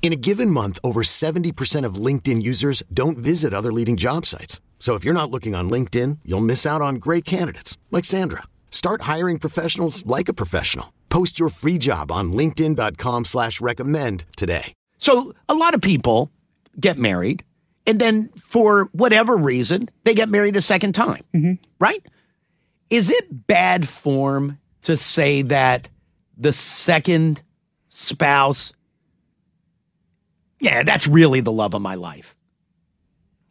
In a given month, over 70% of LinkedIn users don't visit other leading job sites. So if you're not looking on LinkedIn, you'll miss out on great candidates like Sandra. Start hiring professionals like a professional. Post your free job on LinkedIn.com slash recommend today. So a lot of people get married, and then for whatever reason, they get married a second time, right? Is it bad form to say that the second spouse, yeah, that's really the love of my life?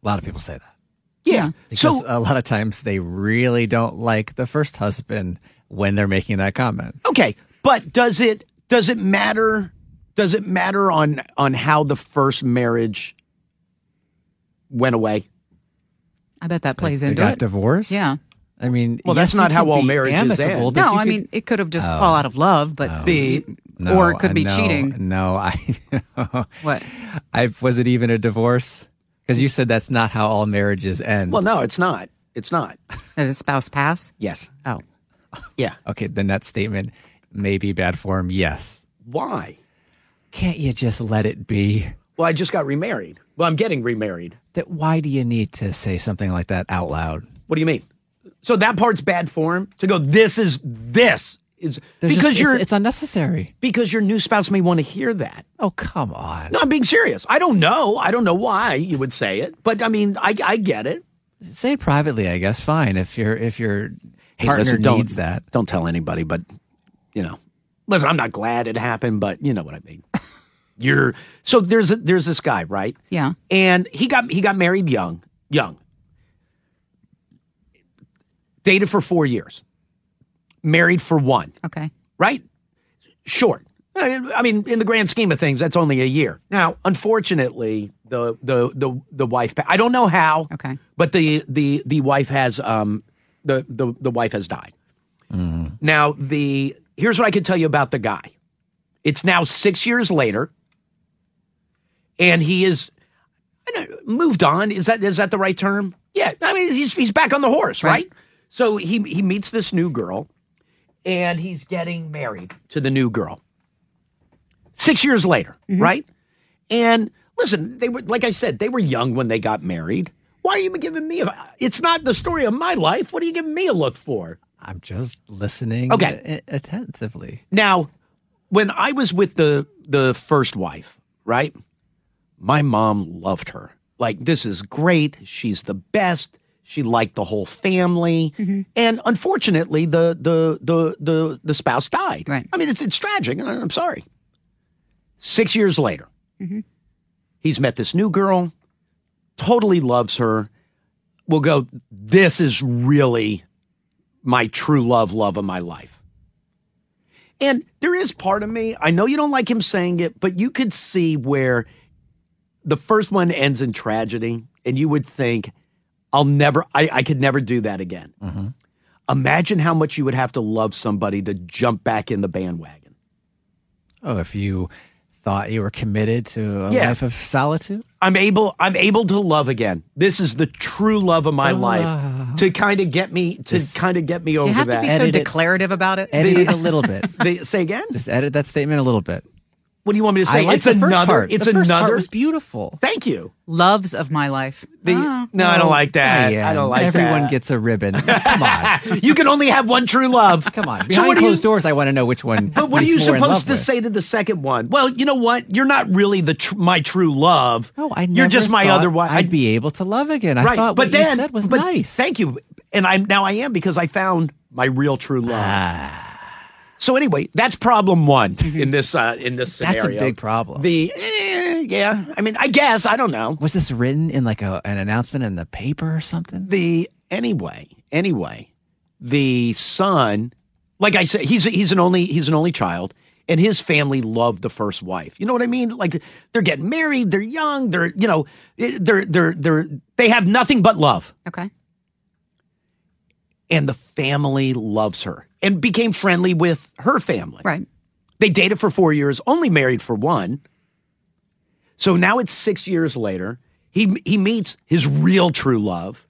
A lot of people say that Yeah. because uh, So, a lot of times they really don't like the first husband when they're making that comment. okay, but does it does it matter? Does it matter on on how the first marriage went away? I bet that plays they into got it. divorced. Yeah. I mean, Well, that's yes, it not how could all be marriages amicable, end. but No, you I could- Oh. mean it could have just fall out of love, but The- No, or it could I be know, cheating. No, I. What? I was it even a divorce? Because you said that's not how all marriages end. Well, no, it's not. It's not. Did his spouse pass? Yes. Oh, Yeah. okay, then that statement may be bad form. Yes, Why? can't you just let it be? Well, I just got remarried. Well, I'm getting remarried. That why do you need to say something like that out loud? What do you mean? So that part's bad form to go. This is this is There's because just- your it's, it's unnecessary. because your new spouse may want to hear that. Oh come on! No, I'm being serious. I don't know. I don't know why you would say it, but I mean, I I get it. Say it privately, I guess. Fine if your if your partner needs that. Don't tell anybody, but you know, listen. I'm not glad it happened, but you know what I mean. You're so there's a, there's this guy right, yeah. and he got he got married young, young. Dated for four years, married for one. Okay. right? Short. I I mean, in the grand scheme of things, that's only a year. Now, unfortunately, the the the the wife. pa- I don't know how. Okay. But the the the wife has um the the the wife has died. Now the here's what I can tell you about the guy. It's now six years later, and he is I don't- moved on. Is that is that the right term? Yeah, I mean he's he's back on the horse, right? Right. So he he meets this new girl, and he's getting married to the new girl. Six years later, right? And listen, they were like I said, they were young when they got married. Why are you even giving me a? It's not the story of my life. What are you giving me a look for? I'm just listening. Okay. a- attentively. Now, when I was with the the first wife, right? My mom loved her. Like this is great. She's the best. She liked the whole family. And unfortunately, the the the the the spouse died. Right. I mean, it's it's tragic. I- I'm sorry. Six years later, he's met this new girl. Totally loves her. Will go. This is really my true love, love of my life. And there is part of me, I know you don't like him saying it, but you could see where the first one ends in tragedy, and you would think, I'll never, I, I could never do that again. Mm-hmm. Imagine how much you would have to love somebody to jump back in the bandwagon. Oh, if you thought you were committed to a Yeah. life of solitude, I'm able, I'm able to love again. This is the true love of my Ah. life to kind of get me, to kind of get me Do over you have to that. be so Edit it. declarative about it? edit it a little bit. They- say again? Just edit that statement a little bit. What do you want me to say? I like it's the first another, part. it's the first another. part was beautiful. Thank you. Loves of my life. Ah, The- no, I don't like that. I Diane, don't like that. Everyone gets a ribbon. Come on, you can only have one true love. come on. So Behind what are you- closed doors, I want to know which one. But what are he's you more in love supposed to with. say to the second one? Well, you know what? You're not really the tr- my true love. No, I never You're just my thought other wife. I'd be able to love again. I right. thought but what then you said was but nice. Ah. Thank you. And I'm now I am because I found my real true love. So anyway, that's problem one in this uh, in this Mm-hmm. That's a scenario. big problem. The eh, yeah, I mean, I guess I don't know. was this written in like a, an announcement in the paper or something? The anyway, anyway, the son, like I said, he's he's an only he's an only child, and his family loved the first wife. You know what I mean? Like they're getting married, they're young, they're you know, eh, they're they're they're they have nothing but love. Okay. and the family loves her and became friendly with her family. Right. They dated for four years, only married for one. So now it's six years later. He he meets his real true love,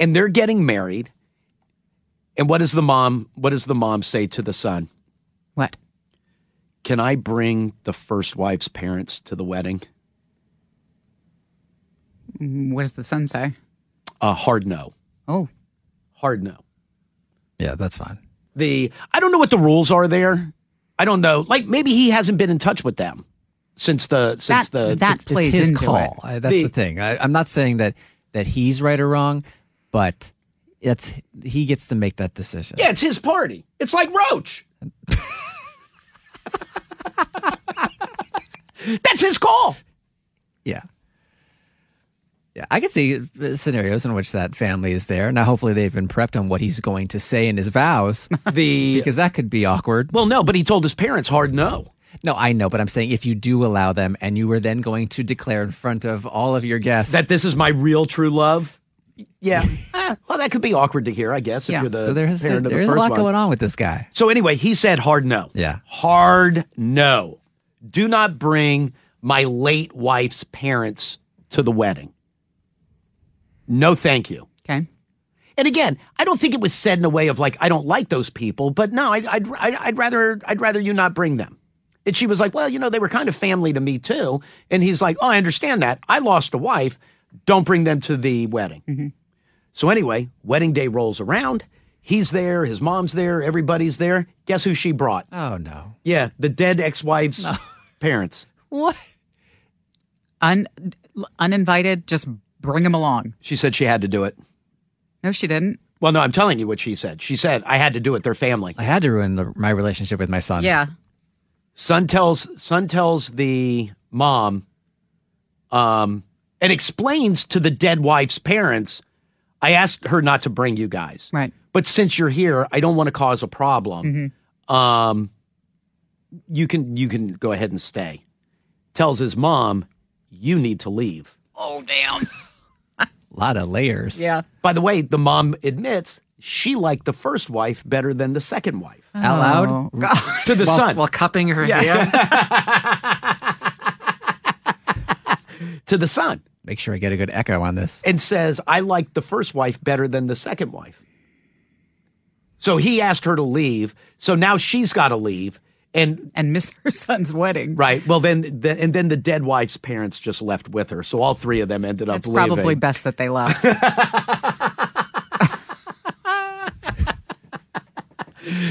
and they're getting married. And what does the mom? What does the mom say to the son? What? Can I bring the first wife's parents to the wedding? Mm, What does the sun say? A hard no. Oh, Hard no. Yeah, that's fine. the I don't know what the rules are there. I don't know. Like maybe he hasn't been in touch with them since the since that the that plays it's his into call. it. I, that's the, The- thing. I, I'm not saying that that he's right or wrong, but it's he gets to make that decision. yeah, it's his party. It's like Roach. That's his call. yeah, yeah. I can see uh, scenarios in which that family is there. Now, hopefully, they've been prepped on what he's going to say in his vows, The because that could be awkward. well, no, but he told his parents hard no. No, I know, but I'm saying if you do allow them, and you were then going to declare in front of all of your guests That this is my real true love. Yeah. Eh, well, that could be awkward to hear, I guess, Yeah. if you're the so there's parent of the there's a first lot one. going on with this guy. So anyway, he said hard no. Yeah. Hard no. Do not bring my late wife's parents to the wedding. No, thank you. Okay. And again, I don't think it was said in a way of like I don't like those people, but no, I'd I'd, I'd I'd rather I'd rather you not bring them. And she was like, well, you know, they were kind of family to me too. And he's like, oh, I understand that. I lost a wife. Don't bring them to the wedding. So anyway, wedding day rolls around. He's there. His mom's there. Everybody's there. Guess who she brought? Oh no, Yeah, the dead ex-wife's parents. what? Un, uninvited, just bring him along. She said she had to do it. No, she didn't. Well, no, I'm telling you what she said. She said I had to do it. Their family. I had to ruin the, my relationship with my son. Yeah. Son tells son tells the mom, um, and explains to the dead wife's parents, I asked her not to bring you guys, Right. but since you're here, I don't want to cause a problem. Um, you can you can go ahead and stay. Tells his mom, you need to leave. Oh damn. a lot of layers. Yeah. By the way, the mom admits she liked the first wife better than the second wife out loud. Oh. to the while, son. while cupping her hand. to the son. Make sure I get a good echo on this. and says, I liked the first wife better than the second wife. So he asked her to leave. So now she's got to leave. And And miss her son's wedding. right, well, then, the, and then the dead wife's parents just left with her. So all three of them ended up It's leaving. probably best that they left.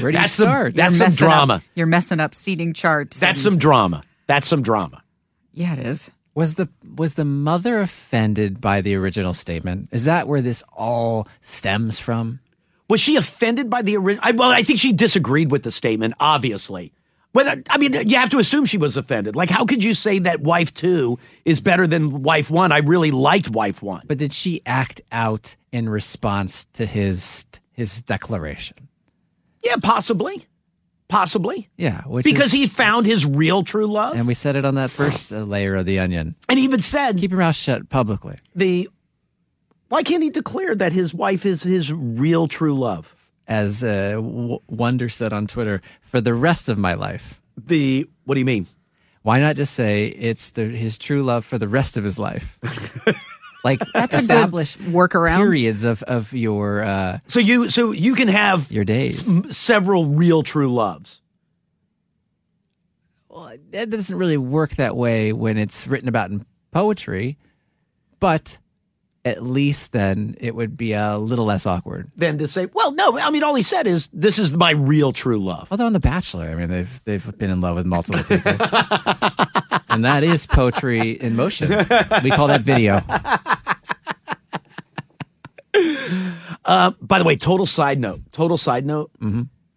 Where do you That's some- start? that- That's You're some messing drama. Up, you're messing up seating charts. That's some drama. That's some drama. yeah, it is. was the was the mother offended by the original statement? Is that where this all stems from? Was she offended by the original? I, well, I think she disagreed with the statement, obviously. Whether, I mean, you have to assume she was offended. Like, how could you say that wife two is better than wife one? I really liked wife one. But did she act out in response to his his declaration? Yeah, possibly. Possibly. Yeah, which because is, he found his real true love and we said it on that first uh, layer of the onion. and even said Keep your mouth shut publicly. the why can't he declare that his wife is his real true love As uh, w- Wonder said on Twitter, for the rest of my life. the what do you mean Why not just say it's the, his true love for the rest of his life? like That's a good establish workaround. periods of of your uh, so you so you can have your days. several real true loves That doesn't really work that way when it's written about in poetry, but at least then it would be a little less awkward. than to say well no i mean all he said is this is my real true love Although on The Bachelor, I mean they've they've been in love with multiple people, and that is poetry in motion. We call that video. uh, by the way total side note total side note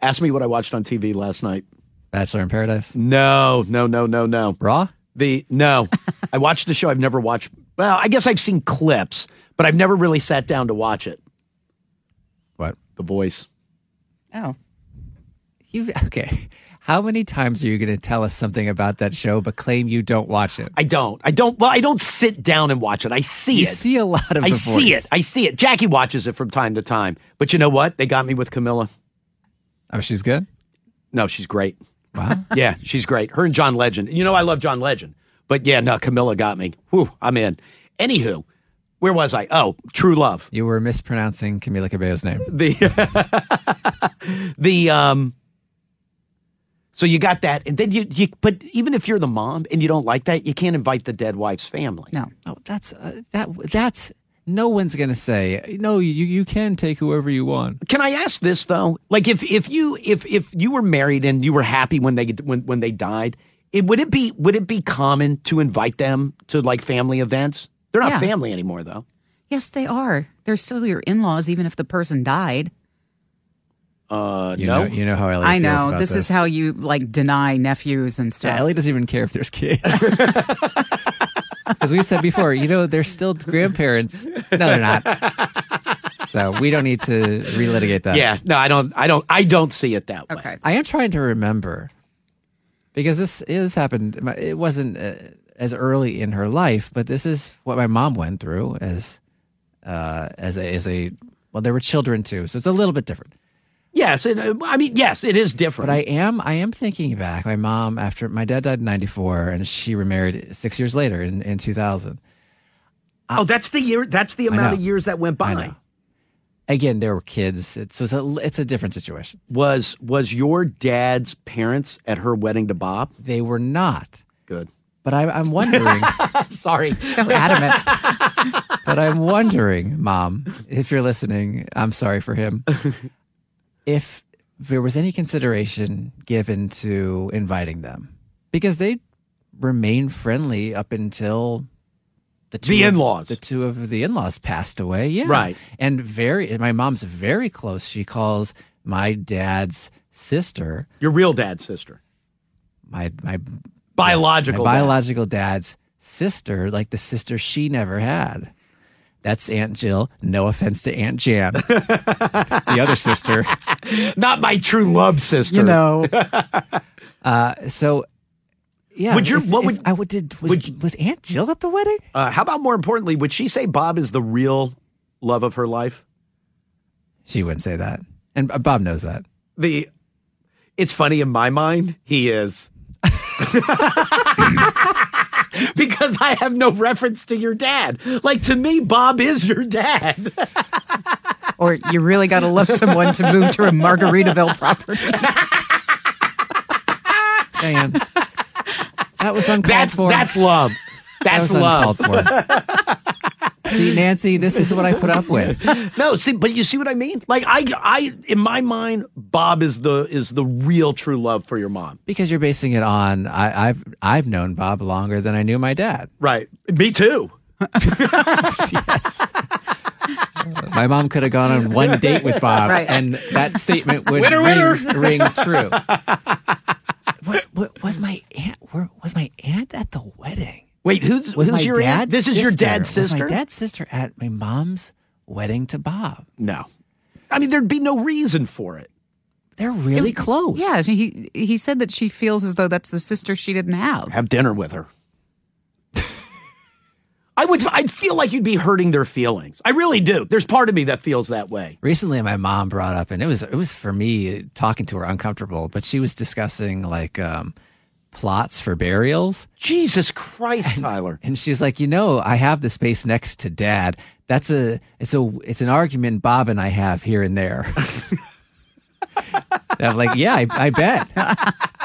Ask me what I watched on TV last night. Bachelor in Paradise. No, no, no, no, no. Raw? The no, I watched the show. I've never watched. Well, I guess I've seen clips, but I've never really sat down to watch it. What? The Voice. Oh, You okay? How many times are you going to tell us something about that show but claim you don't watch it? I don't. I don't. Well, I don't sit down and watch it. I see You it. see a lot of I The see Voice. it. I see it. Jackie watches it from time to time. But you know what? They got me with Camilla. Oh, she's good. No, she's great. Wow. Yeah, she's great. Her and John Legend. You know, I love John Legend. But yeah, no, Camilla got me. Whew, I'm in. Anywho, where was I? Oh, True Love. You were mispronouncing Camila Cabello's name. The the um. So you got that, and then you you. But even if you're the mom and you don't like that, you can't invite the dead wife's family. no. Oh, that's uh, that. That's no one's going to say no. You you can take whoever you want. Can I ask this though? Like, if if you if if you were married and you were happy when they when when they died, it would it be would it be common to invite them to like family events? They're not Yeah. family anymore though. Yes, they are. They're still your in laws, even if the person died. Uh, You no. know, you know how Ellie. I feels know. about This, is how you like deny nephews and stuff. Yeah, Ellie doesn't even care if there's kids. As we've said before, you know, they're still grandparents. No, they're not. So we don't need to relitigate that. yeah, no, I don't, I don't, I don't see it that way. okay. I am trying to remember because this this happened. my- It wasn't uh, as early in her life, but this is what my mom went through as uh, as a, as a well, there were children too, so it's a little bit different. Yes, it, I mean, yes, it is different. But I am I am thinking back. My mom after my dad died in '94, and she remarried six years later in in 2000. oh, that's the year. That's the amount of know. years that went I by. know. Again, there were kids, it, so it's a it's a different situation. Was was your dad's parents at her wedding to Bob? They were not, Good. but I, I'm wondering. Sorry. So adamant. But I'm wondering, Mom, if you're listening, I'm sorry for him. if there was any consideration given to inviting them, because they remained friendly up until the two The of- in-laws. the two of the in-laws passed away. Yeah, Right. And very, my mom's very close. She calls my dad's sister Your real dad's sister, my my biological. my dad. biological dad's sister, like the sister she never had. That's Aunt Jill. No offense to Aunt Jan, the other sister. not my true love sister. you know, So, yeah. Would your- if- what if would- I would did was, would you- was Aunt Jill at the wedding? Uh, how about more importantly, would she say Bob is the real love of her life? She wouldn't say that, and uh, Bob knows that. The it's funny in my mind, he is. because I have no reference to your dad. Like to me, Bob is your dad. or you really got to love someone to move to a Margaritaville property. Diane, that was uncalled That's for. that's love. that That's was love. uncalled for. See, Nancy, this is what I put up with. No, see, but you see what I mean? Like I I in my mind, Bob is the is the real true love for your mom. Because you're basing it on I, I've I've known Bob longer than I knew my dad. Right. Me too. yes. My mom could have gone on one date with Bob, Right. and that statement would Winner, ring, winner. ring true. Was wa- was my aunt were- was my aunt at the wedding? Wait, who's Was who's my your dad's aunt? This is your dad's sister. Was my dad's sister at my mom's wedding to Bob? No. I mean, there'd be no reason for it. They're really close. Yeah, he he said that she feels as though that's the sister she didn't have. Have dinner with her. I would. I'd feel like you'd be hurting their feelings. I really do. There's part of me that feels that way. Recently, my mom brought up, and it was it was for me uh, talking to her uncomfortable, but she was discussing like um, plots for burials. Jesus Christ, Tyler. And she's like, you know, I have the space next to dad. That's a it's a it's an argument Bob and I have here and there. And I'm like, yeah, I, I bet.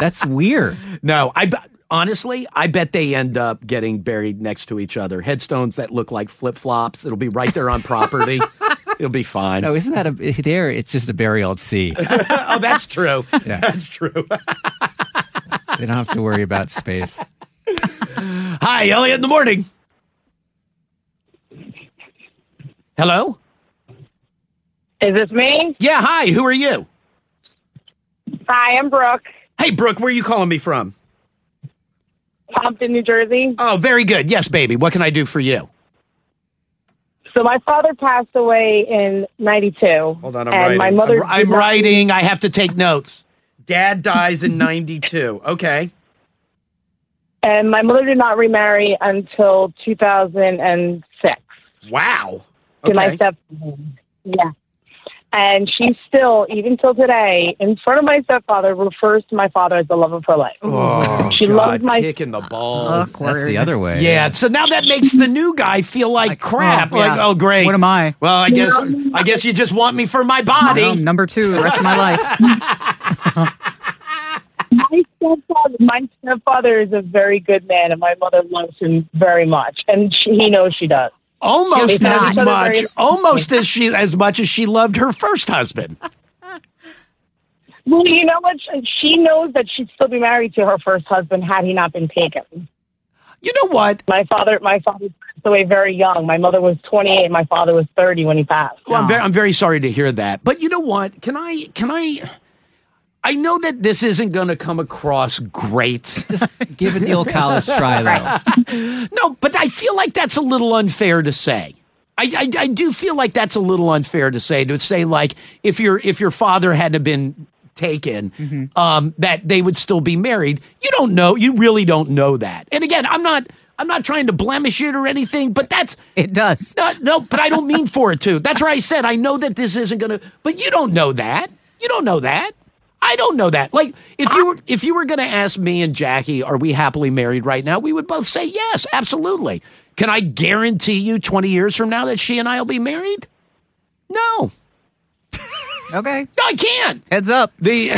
That's weird. No, I. bet- Honestly, I bet they end up getting buried next to each other. Headstones that look like flip flops. It'll be right there on property. It'll be fine. No, isn't that a there? It's just a burial at sea. oh, that's true. Yeah. That's true. They don't have to worry about space. Hi, Elliot in the morning. Hello? Is this me? Yeah, hi. Who are you? Hi, I'm Brooke, Hey, Brooke, where are you calling me from? Compton, New Jersey. Oh, very good. Yes, baby. What can I do for you? So my father passed away in '92. Hold on, I'm and writing. my mother. I'm, I'm did not- writing. I have to take notes. Dad dies in 92. Okay. And my mother did not remarry until 2006 Wow. to my Okay. stepfather. Yeah. And she still, even till today, in front of my stepfather, refers to my father as the love of her life. Oh, She God, loves my- kicking the balls. That's the other way. yeah. So now that makes the new guy feel like, crap. oh, Like, yeah. oh, great. What am I? Well, I guess I guess you just want me for my body. Well, number two, the rest of my life. My stepfather, my stepfather is a very good man, and my mother loves him very much, and she, he knows she does. almost She's as not. much, almost as she as much as she loved her first husband. Well, you know what? She- She knows that she'd still be married to her first husband had he not been taken. You know what? My father, my father passed away very young. My mother was 28. My father was 30 when he passed. Well, I'm very, I'm very sorry to hear that. But you know what? Can I? Can I? I know that this isn't going to come across great. Just give it the old college try, though. No, but I feel like that's a little unfair to say. I, I, I do feel like that's a little unfair to say to say like if your if your father hadn't been taken, um, that they would still be married. You don't know. You really don't know that. And again, I'm not I'm not trying to blemish it or anything, but that's It does. No, Uh, no, but I don't mean for it to. That's where I said I know that this isn't gonna. But you don't know that. You don't know that. I don't know that. Like if you were if you were gonna ask me and Jackie, are we happily married right now? We would both say yes, absolutely. Can I guarantee you twenty years from now that she and I will be married? No, Okay. no, I can't. Heads up. The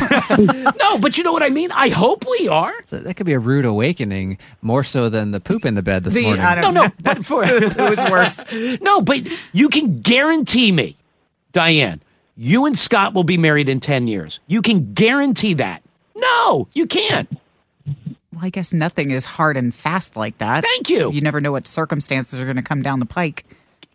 no, but you know what I mean. I hope we are. So that could be a rude awakening, more so than the poop in the bed this The- morning. I don't- No, no, but for it was worse. No, but you can guarantee me, Diane, you and Scott will be married in 10 years. You can guarantee that. No, you can't. Well, I guess nothing is hard and fast like that. Thank you. You never know what circumstances are going to come down the pike.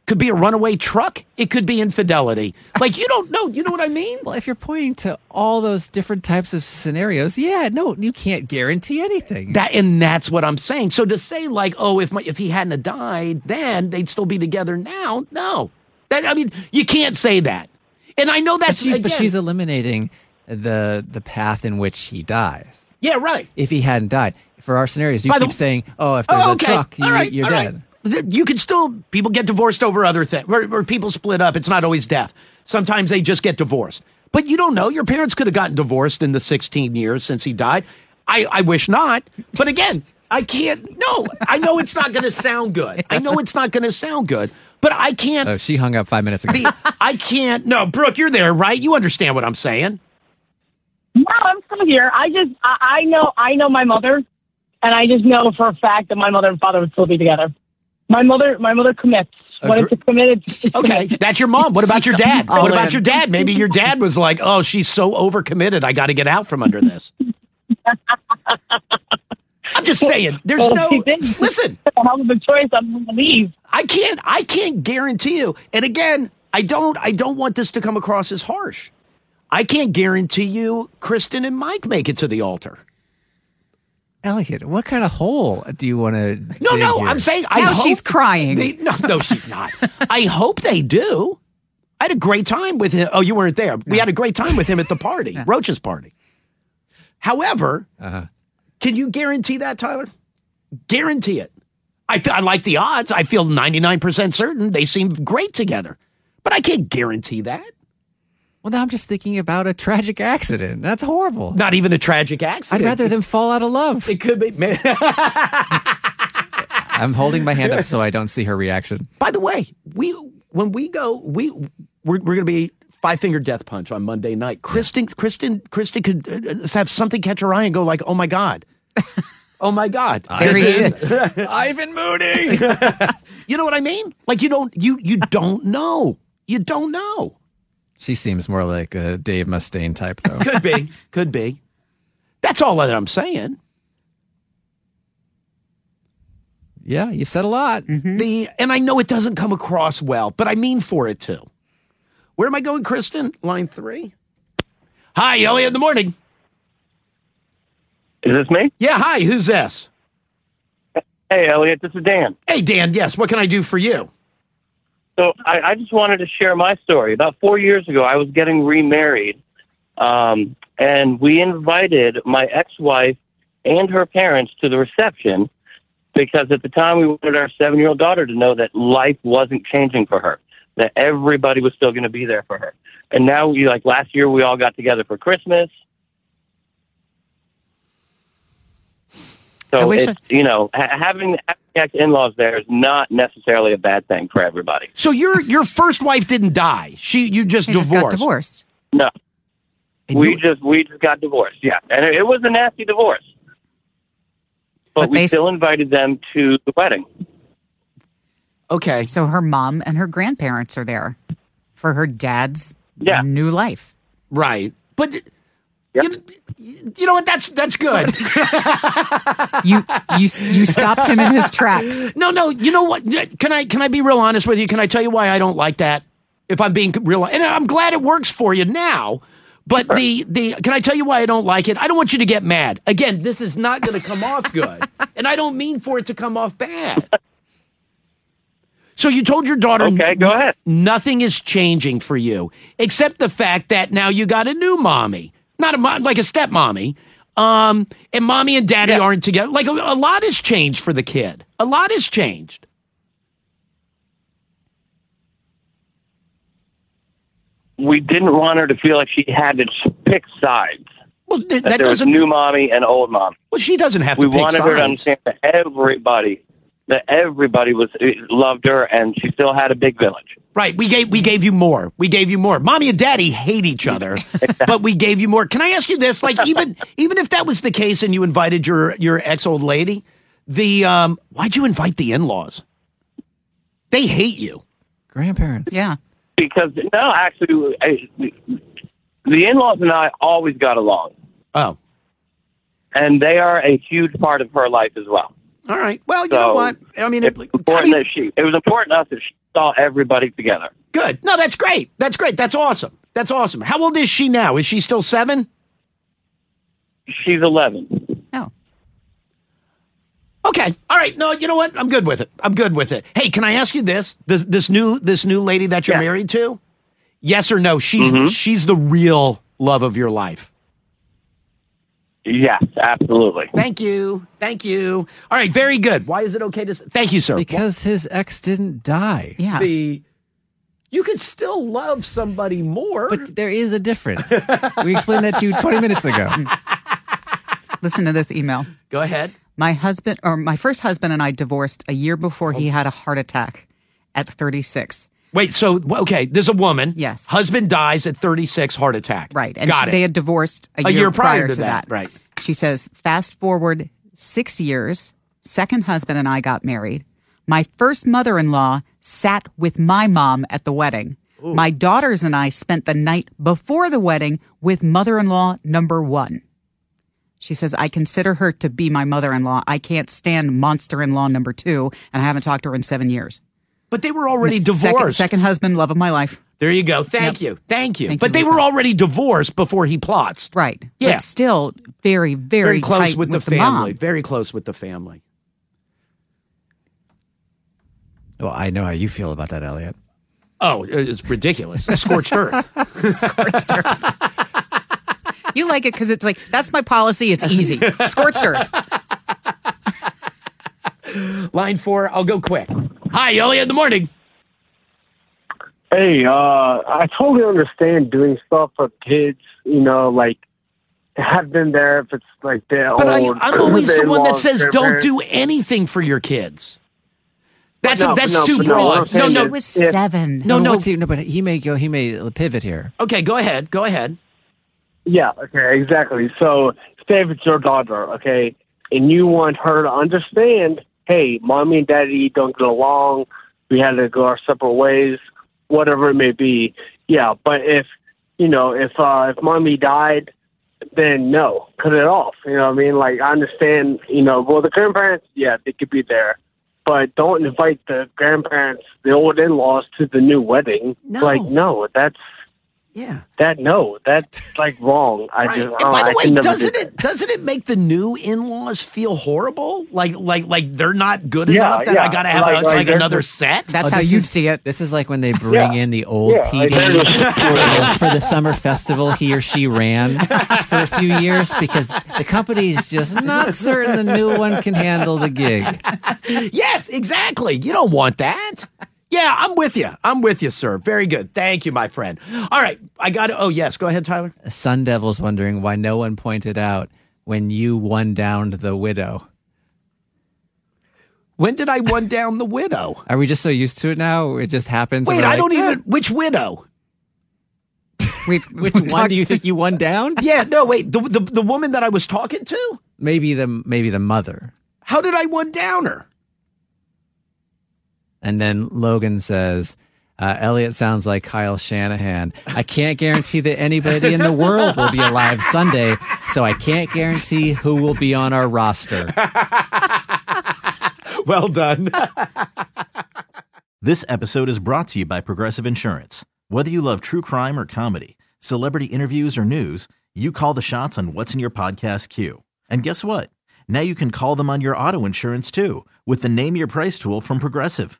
Could be a runaway truck. It could be infidelity. Like you don't know. You know what I mean? Well, if you're pointing to all those different types of scenarios, yeah, no, you can't guarantee anything. That and that's what I'm saying. So to say like, oh, if my if he hadn't have died, then they'd still be together now. No, that I mean, you can't say that. And I know but that's she's, but again- she's eliminating the the path in which he dies. yeah, right. If he hadn't died, for our scenarios, you By the keep w- saying, "Oh, if there's Oh, a truck, you, All right, you're all right. dead." Th- You can still people get divorced over other things, or, or people split up. It's not always death. Sometimes they just get divorced. But you don't know. Your parents could have gotten divorced in the 16 years since he died. I, I wish not. But again, I can't. No, I know it's not going to sound good. I know it's not going to sound good. But I can't. Oh, she hung up five minutes ago. I can't. No, Brooke, you're there, right? You understand what I'm saying. No, I'm still here. I just, I, I know, I know my mother, and I just know for a fact that my mother and father would still be together. My mother, my mother commits. When Agre- it's a committed, it's Okay, that's your mom. What about your dad? all What about in. your dad? Maybe your dad was like, "Oh, she's so overcommitted. I got to get out from under this." I'm just saying. There's Well, no she did. listen. a hell of a choice. I'm going to leave. I can't. I can't guarantee you. And again, I don't. I don't want this to come across as harsh. I can't guarantee you, Kristen and Mike make it to the altar. Elliot, what kind of hole do you want to? No, no. I'm saying I now hope she's crying. They, no, no, she's not. I hope they do. I had a great time with him. Oh, you weren't there. We had a great time with him at the party, Roach's party. However, Uh-huh. can you guarantee that, Tyler? Guarantee it. I, feel, I like the odds. I feel 99% certain they seem great together, but I can't guarantee that. Well, now I'm just thinking about a tragic accident. That's horrible. Not even a tragic I'd accident. rather them fall out of love. It could be. Man. I'm holding my hand up so I don't see her reaction. By the way, we when we go, we we're, we're going to be Five Finger Death Punch on Monday night. Kristen, Kristen, Kristen could uh, uh, have something catch her eye and go like, "Oh my god, oh my god." There he This is. Ivan Mooney. You know what I mean? Like you don't you you don't know. You don't know. She seems more like a Dave Mustaine type, though. Could be. could be. That's all that I'm saying. yeah, you said a lot. Mm. Mm-hmm. The and I know it doesn't come across well, but I mean for it to. Where am I going, Kristen? Line three. Hi, Elliot. In the morning. Is this me? Yeah, hi, who's this? Hey, Elliot, this is Dan. Hey, Dan, yes, what can I do for you? So I, I just wanted to share my story. About four years ago, I was getting remarried, um, and we invited my ex-wife and her parents to the reception because at the time we wanted our seven-year-old daughter to know that life wasn't changing for her, that everybody was still going to be there for her. And now, we like last year, we all got together for Christmas. I So wish it's, you know, ha- having having in-laws there is not necessarily a bad thing for everybody. So your your first wife didn't die. She you just They divorced. just got divorced. No, And we you- just we just got divorced. Yeah, and it, it was a nasty divorce, but, But we they s- still invited them to the wedding. okay. So her mom and her grandparents are there for her dad's Yeah. new life. Right. But you, you know what? That's that's good. You you you stopped him in his tracks. no, no. You know what? Can I can I be real honest with you? Can I tell you why I don't like that? If I'm being real, and I'm glad it works for you now. But the the can I tell you why I don't like it? I don't want you to get mad. Again, this is not going to come off good, and I don't mean for it to come off bad. So you told your daughter, Okay, go ahead. Nothing is changing for you except the fact that now you got a new mommy, not a mom, like a stepmommy. Um, and mommy and daddy aren't together. Like a, a lot has changed for the kid. A lot has changed. We didn't want her to feel like she had to pick sides. Well, th- That, that there was doesn't. new mommy and old mom. well, she doesn't have We to pick wanted sides. her to understand that everybody, that everybody was eh, loved her, and she still had a big village. Right. We gave we gave you more. We gave you more. Mommy and daddy hate each other, but we gave you more. Can I ask you this? Like even even if that was the case and you invited your your ex old lady, the um why'd you invite the in laws? They hate you. Grandparents. Yeah. Because no, actually, I, the in-laws and I always got along, Oh. and they are a huge part of her life as well. All right. Well, you So, know what? I mean, it, It's I important mean, that she. It was important to us that she saw everybody together. good. No, that's great. That's great. That's awesome. That's awesome. How old is she now? Is she still seven? She's eleven. No. Okay. All right. No, you know what? I'm good with it. I'm good with it. Hey, can I ask you this? This this new this new lady that you're Yeah. Mm-hmm. married to? Yes or no? She's she's the real love of your life. Yes, absolutely. Thank you. Thank you. All right, very good. Why is it okay to s- Thank you, sir. Because his ex didn't die. Yeah. the You could still love somebody more. But there is a difference. we explained that to you 20 minutes ago. Listen to this email. go ahead. My husband, or my first husband, and I divorced a year before he had a heart attack at 36. Wait, so wh- okay, there's a woman. Yes. Husband dies at 36 heart attack. Right. And Got she- it. they had divorced a, year prior to that, right. She says, fast forward six years, second husband and I got married. My first mother in law sat with my mom at the wedding. My daughters and I spent the night before the wedding with mother in law number one. She says, I consider her to be my mother in law. I can't stand monster in law number two, and I haven't talked to her in seven years. but they were already divorced. Second, second husband, love of my life. There you go. Thank you. Thank you. Thank but you, they Lisa. were already divorced before he plots. Right. Yeah. But still very, very, Very close tight with, the, mom. family. Very close with the family. Well, I know how you feel about that, Elliot. Oh, it's ridiculous. Scorched earth. You like it because it's like that's my policy. It's easy. Scorched earth. Line four. I'll go quick. Hi, Elliot. in The morning. Hey, uh, I totally understand doing stuff for kids, you know, like have them there if it's like they're But I, old. I'm always their the one that in-laws, says Oh, their don't parents. do anything for your kids. That's no, that's but no, too but no, broad. what I'm No, saying no. She was Yeah. seven. No, Well, no. what's he- no, but he may go. He may pivot here. Okay, go ahead. Go ahead. Yeah, okay, exactly. So, say if it's your daughter, okay, and you want her to understand, hey, mommy and daddy don't get along, we had to go our separate ways, whatever it may be. Yeah, but if, you know, if uh, if mommy died, then no, cut it off. You know what I mean? Like, I understand, you know, well, the grandparents, yeah, they could be there. But don't invite the grandparents, the old in laws, to the new wedding. No. Like, no, that's Yeah. That no, that's like wrong. I Right. just And oh, by the I way, can never do doesn't that. it doesn't it make the new in-laws feel horrible? Like like like they're not good Yeah, enough that I yeah. gotta have Like- a, it's like like they're- another set? That's Oh, how this you is- see it. This is like when they bring Yeah. in the old Yeah, like, PD they're just- and for the summer festival he or she ran for a few years because the company's just not certain the new one can handle the gig. Yes, exactly. You don't want that. Yeah, I'm with you. I'm with you, sir. Very good. Thank you, my friend. All right. I got to. Oh, yes. Go ahead, Tyler. Sun Devil's wondering why no one pointed out when you one downed the widow. When did I one down the widow? Are we just so used to it now? It just happens. and Wait, we're I like, don't even. Which widow? We've, Which we've one talked- do you think you won down? Yeah, no, wait. The, the, the woman that I was talking to? Maybe the maybe the mother. How did I one down her? And then Logan says, uh, Elliot sounds like Kyle Shanahan. I can't guarantee that anybody in the world will be alive Sunday, so I can't guarantee who will be on our roster. Well done. This episode is brought to you by Progressive Insurance. Whether you love true crime or comedy, celebrity interviews or news, you call the shots on what's in your podcast queue. And guess what? Now you can call them on your auto insurance too with the Name Your Price tool from Progressive.